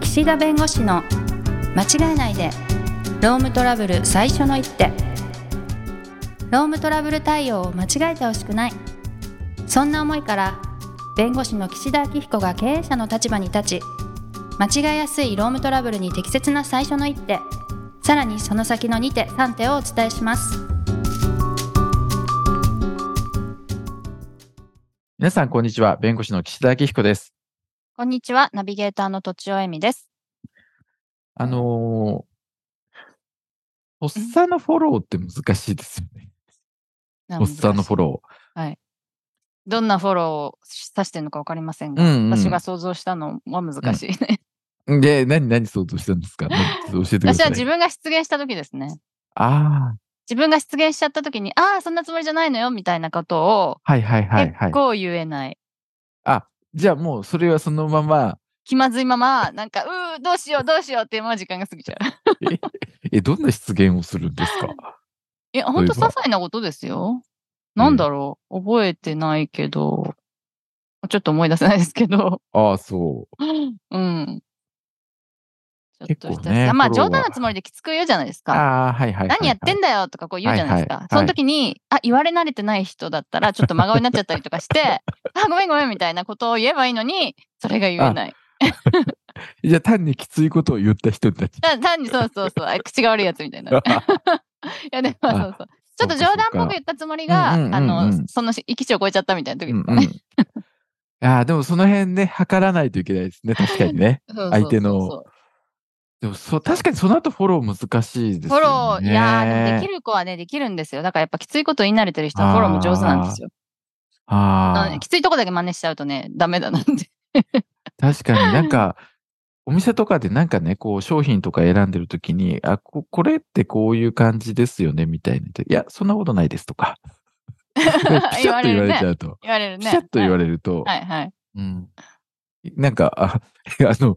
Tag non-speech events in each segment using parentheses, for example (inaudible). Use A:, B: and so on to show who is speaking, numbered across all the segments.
A: 岸田弁護士の間違えないでロームトラブル最初の一手ロームトラブル対応を間違えてほしくないそんな思いから弁護士の岸田明彦が経営者の立場に立ち間違えやすいロームトラブルに適切な最初の一手さらにその先の2手3手をお伝えします
B: 皆さん、こんにちは。弁護士の岸田明彦です。
A: こんにちはナビゲーターのとちおえみです
B: あのー、発作のフォローって難しいですよね。発作のフォロ
A: どんなフォローを指してるのか分かりません
B: ー。
A: が、
B: うん、うん。
A: 私が想像したのは難しいね。
B: で、何、何想像したん
A: (laughs)
B: ですかねちょっと教えてくだ
A: 私
B: さい。
A: は自分が失言した時ですね。
B: あ
A: 自分が失言しちゃった時に、ああ、そんなつもりじゃないのよ、みたいなことを、
B: あ、はいはいはい
A: 結
B: はい。
A: 構言えない。
B: じゃあもう、それはそのまま、
A: 気まずいまま、なんか、うー、どうしよう、どうしようっていうまま時間が過ぎちゃう。
B: (laughs) え、どんな失言をするんですか
A: いや、ほんと些細なことですよ。なんだろう、覚えてないけど、ちょっと思い出せないですけど、
B: ああ、そう。
A: うん。ちょっとし
B: 結構
A: た、
B: ね
A: まあ
B: フォローは
A: 冗談のつもりできつく言うじゃないですか。
B: ああ、はいはいはい、
A: 何やってん
B: だ
A: だよとかこう言うじゃないですか。
B: はいはい
A: その時に、あ、言われ慣れてない人だったら、ちょっと真顔になっちゃったりとか
B: (laughs)
A: して、あ、ごめんごめんみたいなことを言えばいいのに、それが言えない。
B: じゃあ単にきついことを言った人
A: (laughs)
B: たち。
A: た単にそうそうそ
B: (laughs)
A: う、あ口が悪いやつみたいな。いや、でも
B: あ
A: そうそう。ちょっと冗談っぽく言ったつもりが、
B: そうか
A: あ
B: そうかうんうんうんうん
A: の、その域値を超えちゃったみたいな時
B: う
A: で
B: ん
A: (laughs) すか
B: うん。
A: ね。
B: ああ、でもその辺ね、測らないといけないですね。確かにね。
A: そうそうそう
B: 相手のでもそう、確かにその後フォロー難しいです
A: フォロ
B: よね。
A: ー、いやー、でもできる子はね、できるんですよ。だからやっぱきついこと言い慣れてる人はフォローも上手なんですよ。あ
B: あ
A: の
B: あ
A: きついとこだけ真似しちゃうとね、ダメだなんで。
B: 確かになん
A: (laughs)
B: か、お店とかでなんかね、こう商品とか選んでるときに、あこ、これってこういう感じですよね、みたいな。いや、そんなことないですと
A: (laughs)
B: か。ピシャッと言われちゃうと。
A: 言われる
B: ピ (laughs)
A: ね。
B: シャッと言わ
A: れ
B: れると、
A: はいはい。
B: うん。なんか、あ、 (laughs) あの、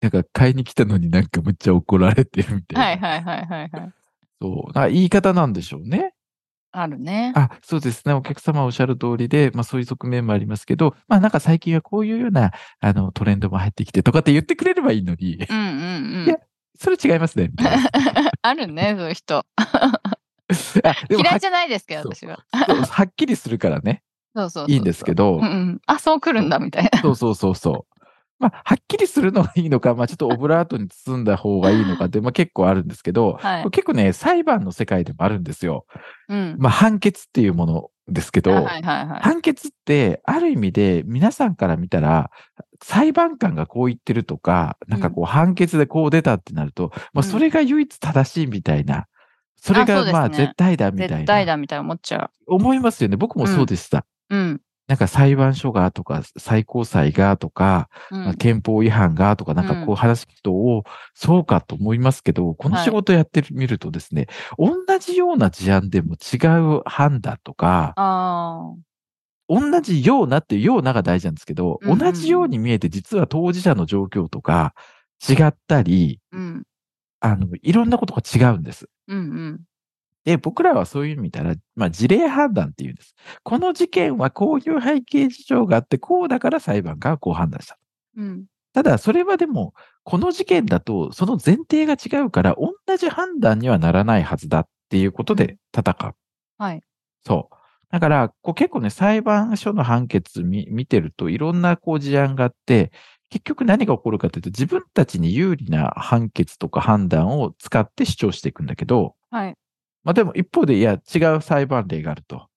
B: なんか買いに来たのになんかむっちゃ怒られてるみたいな。
A: はいはいはいはいはい。
B: そう。あ言い方なんでしょうね。
A: あるね。
B: あ、そうですね。お客様おっしゃる通りで、まあそういう側面もありますけど、まあなんか最近はこういうような、あの、トレンドも入ってきてとかって言ってくれればいいのに、 (laughs)
A: うんうん
B: いうや
A: ん。 (laughs)
B: それ違いますね、みたいな。
A: あるね、そういう人。
B: あでも
A: 嫌
B: はい
A: じゃないですけど、
B: そう
A: 私は。
B: そうはっきりするからね、
A: そうそうそう
B: いいんですけど
A: うん、うん。あ、そう来るんだ、みたいな。
B: そうそうそうそう。まあ、はっきりするのがいいのか、まあ、ちょっとオブラートに包んだ方がいいのかって、まあ、結構あるんですけど、
A: は
B: (laughs)
A: い
B: これ結構ね、裁判の世界でもあるんですよ。
A: うん。
B: まあ、判決っていうものですけ
A: あ
B: ど、
A: はいはいはい。
B: 判決って、ある意味で、皆さんから見たら、裁判官がこう言ってるとか、なんかこう、判決でこう出たってなると、まあ、それが唯一正しいみたいな、それ
A: あそう
B: が
A: ですね
B: まあ、絶対だみたい
A: 絶
B: な、
A: 対だ、みたいな思っちゃ
B: 思いますよね。僕もそうでした。
A: う。うん。
B: なんか裁判所がとか、最高裁がとか、
A: う
B: まあ
A: ん。
B: 憲法違反がとか、なんかこう話聞くと、おそうかと思いますけど、この仕事やってみるとですね、同じような事案でも違う判断とか、
A: あ
B: 同じようなっていうようなが大事なんですけど、
A: うんうん
B: 同じように見えて実は当事者の状況とか違ったり、
A: あ。うん。
B: あの、いろんなことが違うんです。
A: うんうん。
B: で、僕らはそういう意味たら、まあ、事例判断っていうんです。この事件はこういう背景事情があって、こうだから裁判官はこう判断した。
A: うん。
B: ただ、それはでも、この事件だと、その前提が違うから、同じ判断にはならないはずだっていうことで戦う。
A: はい。
B: そう。だから、こう結構ね、裁判所の判決見見てると、いろんなこう事案があって、結局何が起こるかというと、自分たちに有利な判決とか判断を使って主張していくんだけど、
A: はい。
B: まあでも一方で、いや、違う裁判例があると。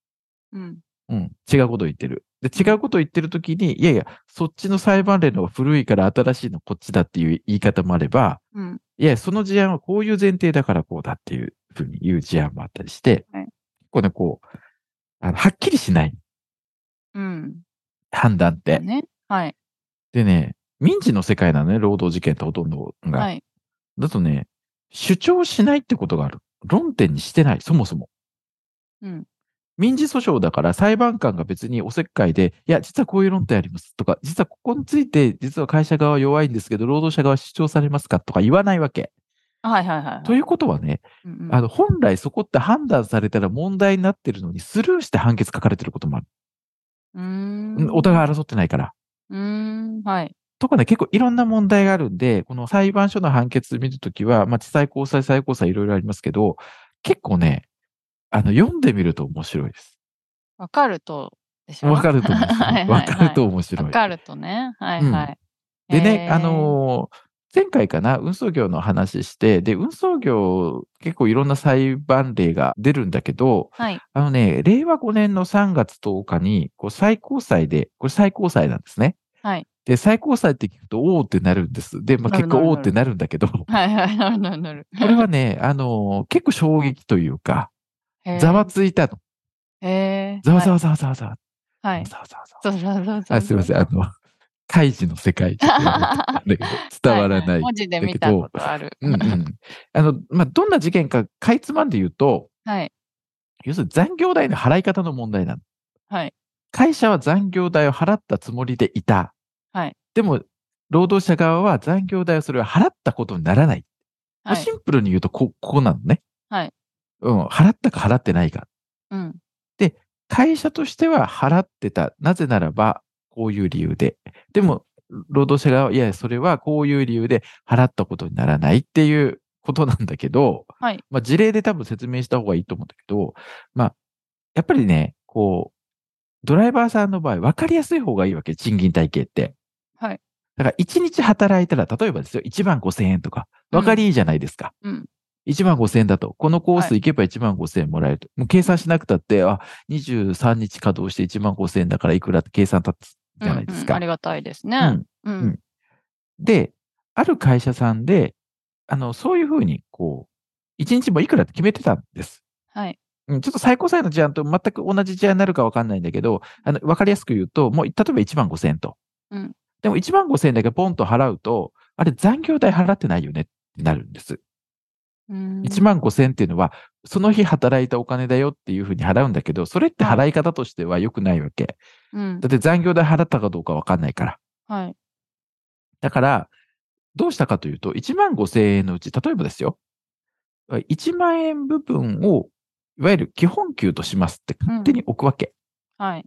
A: うん。
B: うん、違うことを言ってる。で、違うことを言ってるときに、いやいや、そっちの裁判例の方が古いから新しいのこっちだっていう言い方もあれば、
A: うん。
B: いや、その事案はこういう前提だからこうだっていうふうに言う事案もあったりして、
A: はい
B: こうね、こう、あのはっきりしない
A: うん。
B: 判断って。
A: ね。はい。
B: でね、民事の世界なのね、労働事件ってほとんどが。
A: はい。
B: だとね、主張しないってことがある。論点にしてない、そもそも。
A: うん
B: 民事訴訟だから裁判官が別におせっかいで、いや、実はこういう論点ありますとか、実はここについて、実は会社側は弱いんですけど、労働者側は主張されますかとか言わないわけ。
A: はいはいはいはい。
B: ということはね、
A: うんうん
B: あの、本来そこって判断されたら問題になってるのに、スルーして判決書かれてることもある。
A: うーん
B: お互い争ってないから。
A: うーん、はい。
B: そこね、結構いろんな問題があるんで、この裁判所の判決見るときは、まあ、地裁高裁、最高裁いろいろありますけど、結構ね、あの、読んでみると面白いです。
A: わかるとでしょ
B: わかると面白い。
A: (laughs) はいはいは
B: わ
A: い
B: かると面白い。
A: わかるとね。はい
B: うん
A: はい。
B: で
A: へ
B: ね、
A: ー
B: あ、のー前回かな、運送業の話して、で、運送業、結構いろんな裁判例が出るんだけど、
A: はい。
B: あのね、令和5年の3月10日に、こう最高裁で、これ最高裁なんですね。
A: はい。
B: で、最高裁って聞くと、おーってなるんです。で、まあ、
A: なる
B: 結
A: なる
B: 構おーってなるんだけど、こ
A: はいはい。なるなるなる。
B: れはね、あのー結構衝撃というか、ざわついたの。
A: へえ。
B: ざわざわざわざわざわ。
A: はい。はい。
B: ざわざわざわ。
A: そうそうそうそう。
B: あ、すいません、あの、開示の世界ちょっとやめてあれが伝わらない。
A: 文字で見たことある。
B: うんうん。あの、まあ、どんな事件か、かいつまんで言うと、
A: はい。
B: 要するに残業代の払い方の問題なの。
A: はい。
B: 会社は残業代を払ったつもりでいた。
A: はい。
B: でも、労働者側は残業代をそれを払ったことにならない。まあ
A: はい
B: シ。ンプルに言うとこ、ここなのね。
A: はい。
B: うん、払ったか払ってないか。
A: うん。
B: 会社としては払ってた。なぜならば、こういう理由で。でも、労働者側は、いや、それはこういう理由で払ったことにならないっていうことなんだけど、
A: はい。
B: まあ、事例で多分説明した方がいいと思うんだけど、まあ、やっぱりね、こう、ドライバーさんの場合、分かりやすい方がいいわけ、賃金体系って。
A: はい。
B: だから、1日働いたら、例えばですよ、1万5千円とか、
A: うん
B: 分かりいいじゃないですか。
A: うん
B: 1万5千円だと。このコース行けば1万5千円もらえると。もう計算しなくたって、あ、23日稼働して1万5千円だからいくらって計算立つじゃないです
A: うんうんあ
B: か。
A: りがたいです
B: う
A: ね。
B: ん。
A: うんん。
B: で、ある会社さんで、あの、そういうふうに、こう、1日もいくらって決めてたんです。
A: はい。
B: うん、ちょっと最高裁の事案と全く同じ事案になるか分かんないんだけど、あの分かりやすく言うと、もう例えば1万5000円と。
A: うん
B: でも1万5000円だけポンと払うと、あれ残業代払ってないよねってなるんです。1
A: 1
B: 万5000円っていうのは、その日働いたお金だよっていうふうに払うんだけど、それって払い方としては良くないわけ。
A: うん
B: だ。って残業代払ったかどうか分かんないから。
A: はい。
B: だから、どうしたかというと、1万5000円のうち、例えばですよ、1万円部分を、いわゆる基本給としますって勝手に置くわけ。
A: はい。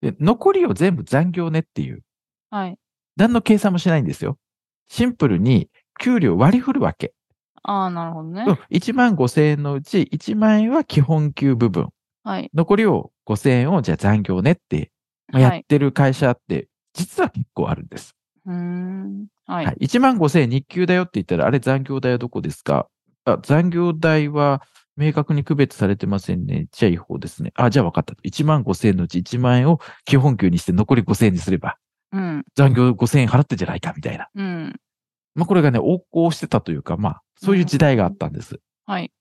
B: で、残りを全部残業ねっていう。
A: はい。
B: 何の計算もしないんですよ。シンプルに給料割り振るわけ。
A: ああ、なるほどね。
B: 1万5千円のうち1万円は基本給部分。
A: はい。
B: 残りを5千円をじゃあ残業ねって、まあ
A: は
B: やっ
A: い。
B: てる会社って実は結構あるんです。
A: うーん。は。
B: はいい、1万5千円日給だよって言ったら、あれ残業代はどこですかあ残業代は明確に区別されてませんね。じゃあ違法ですね。あ、じゃあ分かったと。1万5千円のうち1万円を基本給にして残り5千円にすれば、
A: うん。
B: 残業5000円払ってんじゃないかみたいな。
A: うん。
B: まあこれがね、横行してたというか、まあそういう時代があったんです。
A: はい。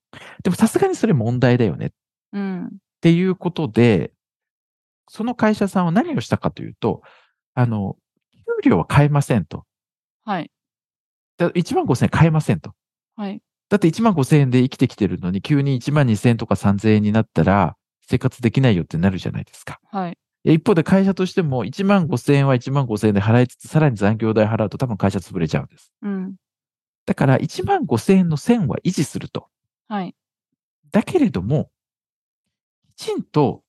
B: でもさすがにそれ問題だよねっ
A: うん。
B: ていうことで、その会社さんは何をしたかというと、あの、給料は変えませんと。
A: はい。
B: だ1万5000円変えませんと。
A: はい。
B: だって1万5000円で生きてきてるのに、急に1万2000円とか3000円になったら生活できないよってなるじゃないですか。
A: はい。
B: いや一方で会社としても1万5000円は1万5000円で払いつつ、さらに残業代払うと多分会社潰れちゃうんです。
A: うん。
B: だから1万5千円の線は維持すると。
A: はい。
B: だけれども、きちんと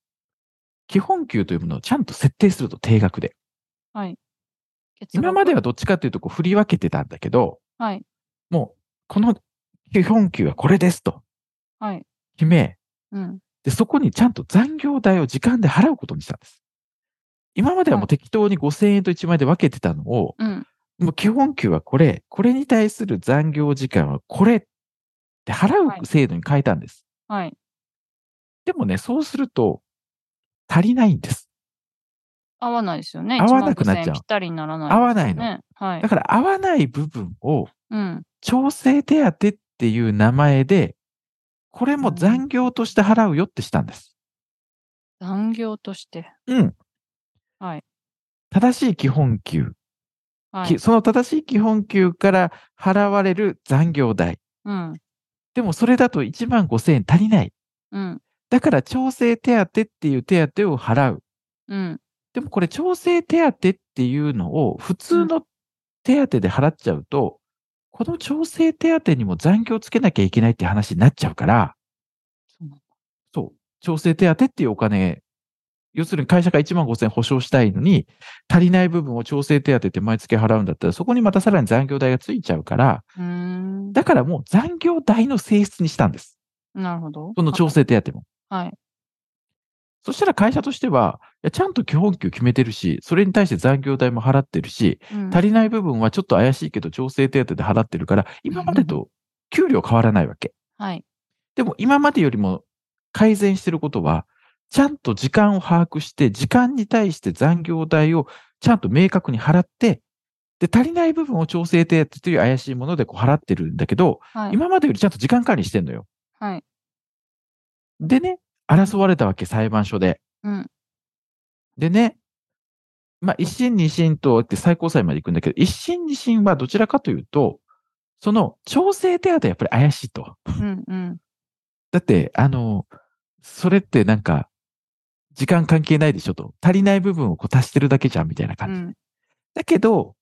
B: 基本給というものをちゃんと設定すると定額で。今まではどっちかというとこう振り分けてたんだけど、
A: はい。
B: もうこの基本給はこれですと
A: はい。
B: 決め、
A: うん。
B: で、そこにちゃんと残業代を時間で払うことにしたんです。今まではもう適当に5000円と1万円で分けてたのを、
A: うん。
B: もう基本給はこれ、これに対する残業時間はこれって払う制度に変えたんです。
A: はい。
B: でもね、そうすると、足りないんです。
A: 合わないですよね。
B: 合わなくなっちゃう
A: 15000ぴったりにならない、
B: 合わないの
A: ね。はい
B: だ。から、合わない部分を、
A: うん。
B: 調整手当っていう名前で、これも残業として払うよってしたんです。
A: 残業として。
B: うん。
A: はい。
B: 正しい基本給、
A: は
B: き
A: い。
B: その正しい基本給から払われる残業代。
A: うん。
B: でも、それだと1万5千円足りない。
A: うん。
B: だから、調整手当っていう手当を払う。
A: うん。
B: でも、これ、調整手当っていうのを普通の手当で払っちゃうと、この調整手当にも残業つけなきゃいけないって話になっちゃうから、
A: そうなんだ
B: そう、調整手当っていうお金、要するに会社が1万5000円保証したいのに、足りない部分を調整手当てて毎月払うんだったら、そこにまたさらに残業代がついちゃうから、
A: うーん。
B: だからもう残業代の性質にしたんです。
A: なるほど。
B: その調整手当も。
A: はい。
B: そしたら会社としては、いやちゃんと基本給決めてるし、それに対して残業代も払ってるし、
A: うん
B: 足りない部分はちょっと怪しいけど調整手当で払ってるから、今までと給料変わらないわけ。
A: はい。
B: でも今までよりも改善してることは、ちゃんと時間を把握して、時間に対して残業代をちゃんと明確に払って、で、足りない部分を調整手当という怪しいものでこう払ってるんだけど、
A: はい。
B: 今までよりちゃんと時間管理してんのよ。
A: はい。
B: でね、争われたわけ、裁判所で。
A: うん。
B: でね、まあ、一審二審とあって最高裁まで行くんだけど、一審二審はどちらかというと、その調整手当はやっぱり怪しいと。
A: うん。うん。
B: だって、あの、それってなんか、時間関係ないでしょと。足りない部分をこう足してるだけじゃんみたいな
A: う
B: 感じ。
A: ん。
B: だけど、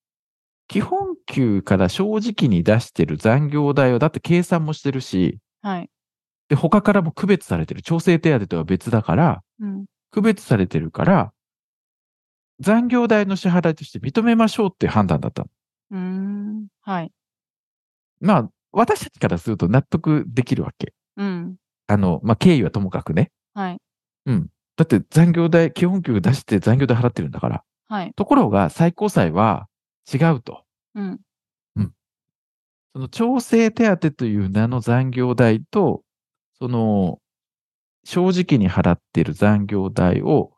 B: 基本給から正直に出してる残業代を、だって計算もしてるし、
A: はい。
B: で、他からも区別されてる。調整手当とは別だから、
A: うん。
B: 区別されてるから、残業代の支払いとして認めましょうっていう判断だったの。
A: うーん。はい。
B: まあ、私たちからすると納得できるわけ。
A: うん。
B: あの、まあ、経緯はともかくね。
A: はい。
B: だって残業代、基本給出して残業代払ってるんだから。
A: はい。
B: ところが、最高裁は違うと。
A: うん。
B: その調整手当という名の残業代と、その、正直に払っている残業代を、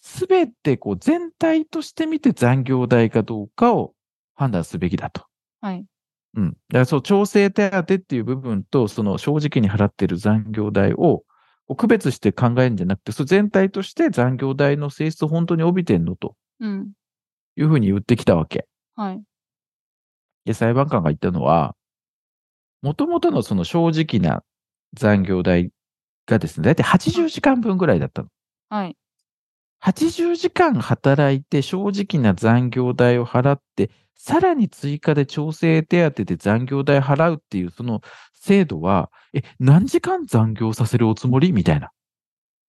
B: すべてこう全体として見て残業代かどうかを判断すべきだと。
A: はい。
B: うん。だからそう、調整手当っていう部分と、その正直に払っている残業代を、こう区別して考えるんじゃなくて、それ全体として残業代の性質を本当に帯びてんのと
A: うん。
B: いうふうに言ってきたわけ。
A: はい。
B: で、裁判官が言ったのは、もともとのその正直な残業代がですね、だいたい80時間分ぐらいだったの。
A: はい。
B: 80時間働いて正直な残業代を払って、さらに追加で調整手当で残業代払うっていうその制度は、え、何時間残業させるおつもりみたいな。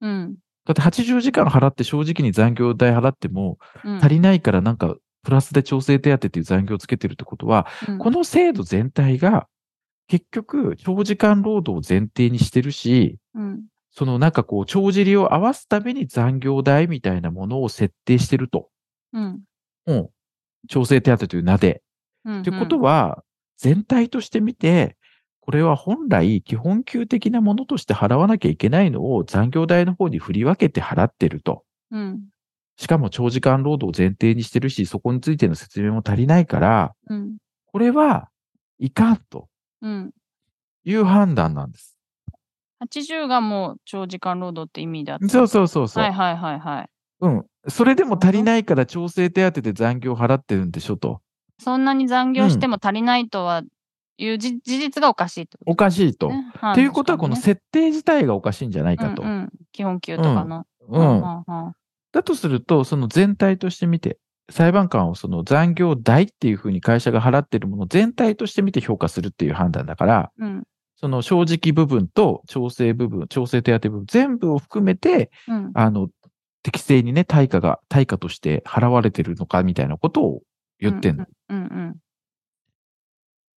A: うん。
B: だって80時間払って正直に残業代払っても
A: うん。
B: 足りないからなんかプラスで調整手当っていう残業をつけてるってことは、
A: うん
B: この制度全体が、結局、長時間労働を前提にしてるし、
A: うん。
B: そのなんかこう、帳尻を合わすために残業代みたいなものを設定してると。
A: うん。
B: うん。調整手当という名で。
A: うん。
B: ということは、全体として見て、これは本来基本給的なものとして払わなきゃいけないのを残業代の方に振り分けて払ってると。
A: うん。
B: しかも長時間労働を前提にしてるし、そこについての説明も足りないから、
A: うん。
B: これはいかんと
A: うん。
B: いう判断なんです。
A: 80がもう長時間労働って意味だった。
B: そうそうそうそう、
A: はいはいはいはい。
B: うん。それでも足りないから調整手当で残業払ってるんでしょと。
A: そんなに残業しても足りないとはいうじ、事実がおかしいってこと
B: おかしいと。
A: で
B: と、
A: すね。は
B: ていうことは、この
A: 確
B: 設定自体がおかしいんじゃない
A: か
B: か
A: にね
B: と。
A: うんうん基本給とかの。
B: うん
A: はあは
B: だとすると、その全体として見て、裁判官をその残業代っていうふうに会社が払ってるもの全体として見て評価するっていう判断だから、
A: あうん
B: その正直部分と調整部分、調整手当部分全部を含めて、
A: うん
B: あの、適正にね、対価が、対価として払われてるのかみたいなことを言ってんの。
A: うんうん。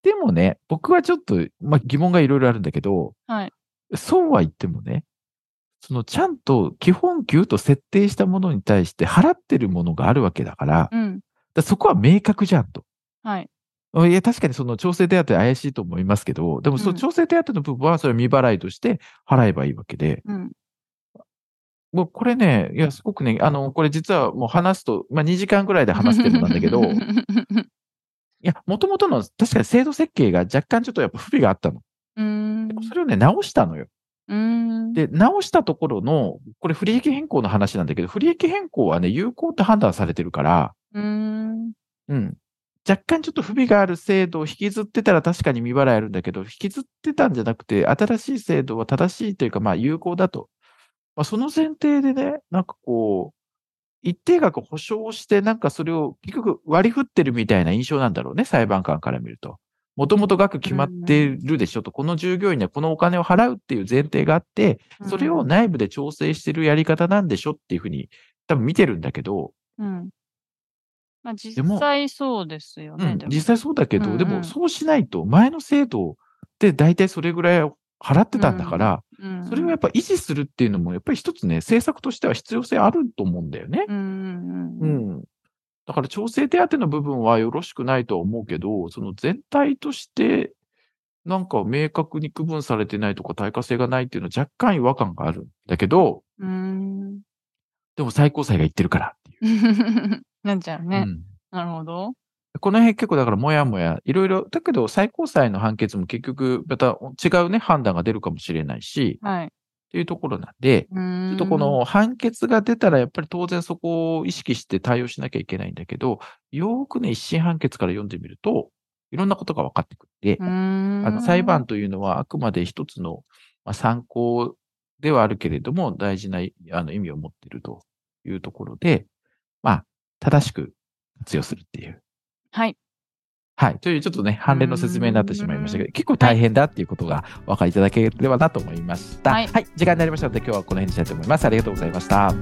B: でもね、僕はちょっと、まあ、疑問がいろいろあるんだけど、
A: はい
B: そうは言ってもね、そのちゃんと基本給と設定したものに対して払ってるものがあるわけだから、だか
A: うん。
B: らそこは明確じゃんと。
A: はい。
B: いや、確かにその調整手当怪しいと思いますけど、でもそうの
A: ん
B: 調整手当の部分はそれは未払いとして払えばいいわけで、
A: うん。
B: もうこれね、いや、すごくね、あの、これ実はもう話すと、まあ、2時間ぐらいで話すテーマなんだけど、
A: (laughs) う
B: いや、もともとの確かに制度設計が若干ちょっとやっぱ不備があったの。
A: ーん
B: でもそれをね、直したのよ。
A: うーん。
B: で、直したところの、これ不利益変更の話なんだけど、不利益変更はね、有効って判断されてるから、
A: うーん。
B: うん。若干ちょっと不備がある制度を引きずってたら確かに未払いあるんだけど、引きずってたんじゃなくて、新しい制度は正しいというか、まあ有効だと。まあその前提でね、なんかこう、一定額保証して、なんかそれを結局割り振ってるみたいな印象なんだろうね、裁判官から見ると。もともと額決まってるでしょと、この従業員にはこのお金を払うっていう前提があって、それを内部で調整してるやり方なんでしょっていうふうに、多分見てるんだけど、
A: うん。まあ実
B: も
A: 際そうですよ
B: う
A: ね。
B: ん
A: でも
B: 実際そうだけど、
A: うんうん
B: でもそうしないと、前の制度で大体それぐらい払ってたんだから、
A: うん
B: それをやっぱ維持するっていうのも、やっぱり一つね、政策としては必要性あると思うんだよね。
A: うんう
B: うん
A: うん
B: ん。だから調整手当の部分はよろしくないとは思うけど、その全体として、なんか明確に区分されてないとか対価性がないっていうのは若干違和感があるんだけど、
A: うん。
B: でも最高裁が言ってるからっていう。
A: なん (laughs) ちゃう
B: う
A: ね。
B: ん
A: なるほど。
B: この辺結構だからもやもや、いろいろ、だけど最高裁の判決も結局また違うね、判断が出るかもしれないし、
A: はい。
B: っていうところなんで、
A: ち
B: ち
A: ょ
B: ょっとこ、の判決が出たらやっぱり当然そこを意識して対応しなきゃいけないんだけど、よーくね、一審判決から読んでみると、いろんなことが分かってくるんで、あ
A: あ
B: の裁判というのはあくまで一つのまあ参考ではあるけれども、大事なあの意味を持っているというところで、まあ、正しく活用するっていう。
A: はい。
B: はい。という、ちょっとね、判例の説明になってしまいましたけど、結構大変だっていうことがお分かりいただければなと思いました。
A: はい
B: はい。時間になりましたので、今日はこの辺にしたいと思います。ありがとうございました。
A: あ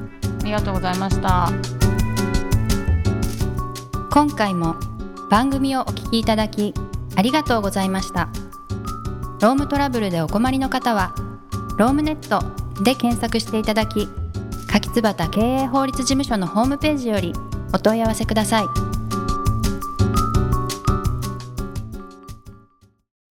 A: りがとうございました。
C: 今回も番組をお聞きいただきありがとうございましたロームトラブルでお困りの方はロームネットで検索していただき柿椿経営法律事務所のホームページよりお問い合わせください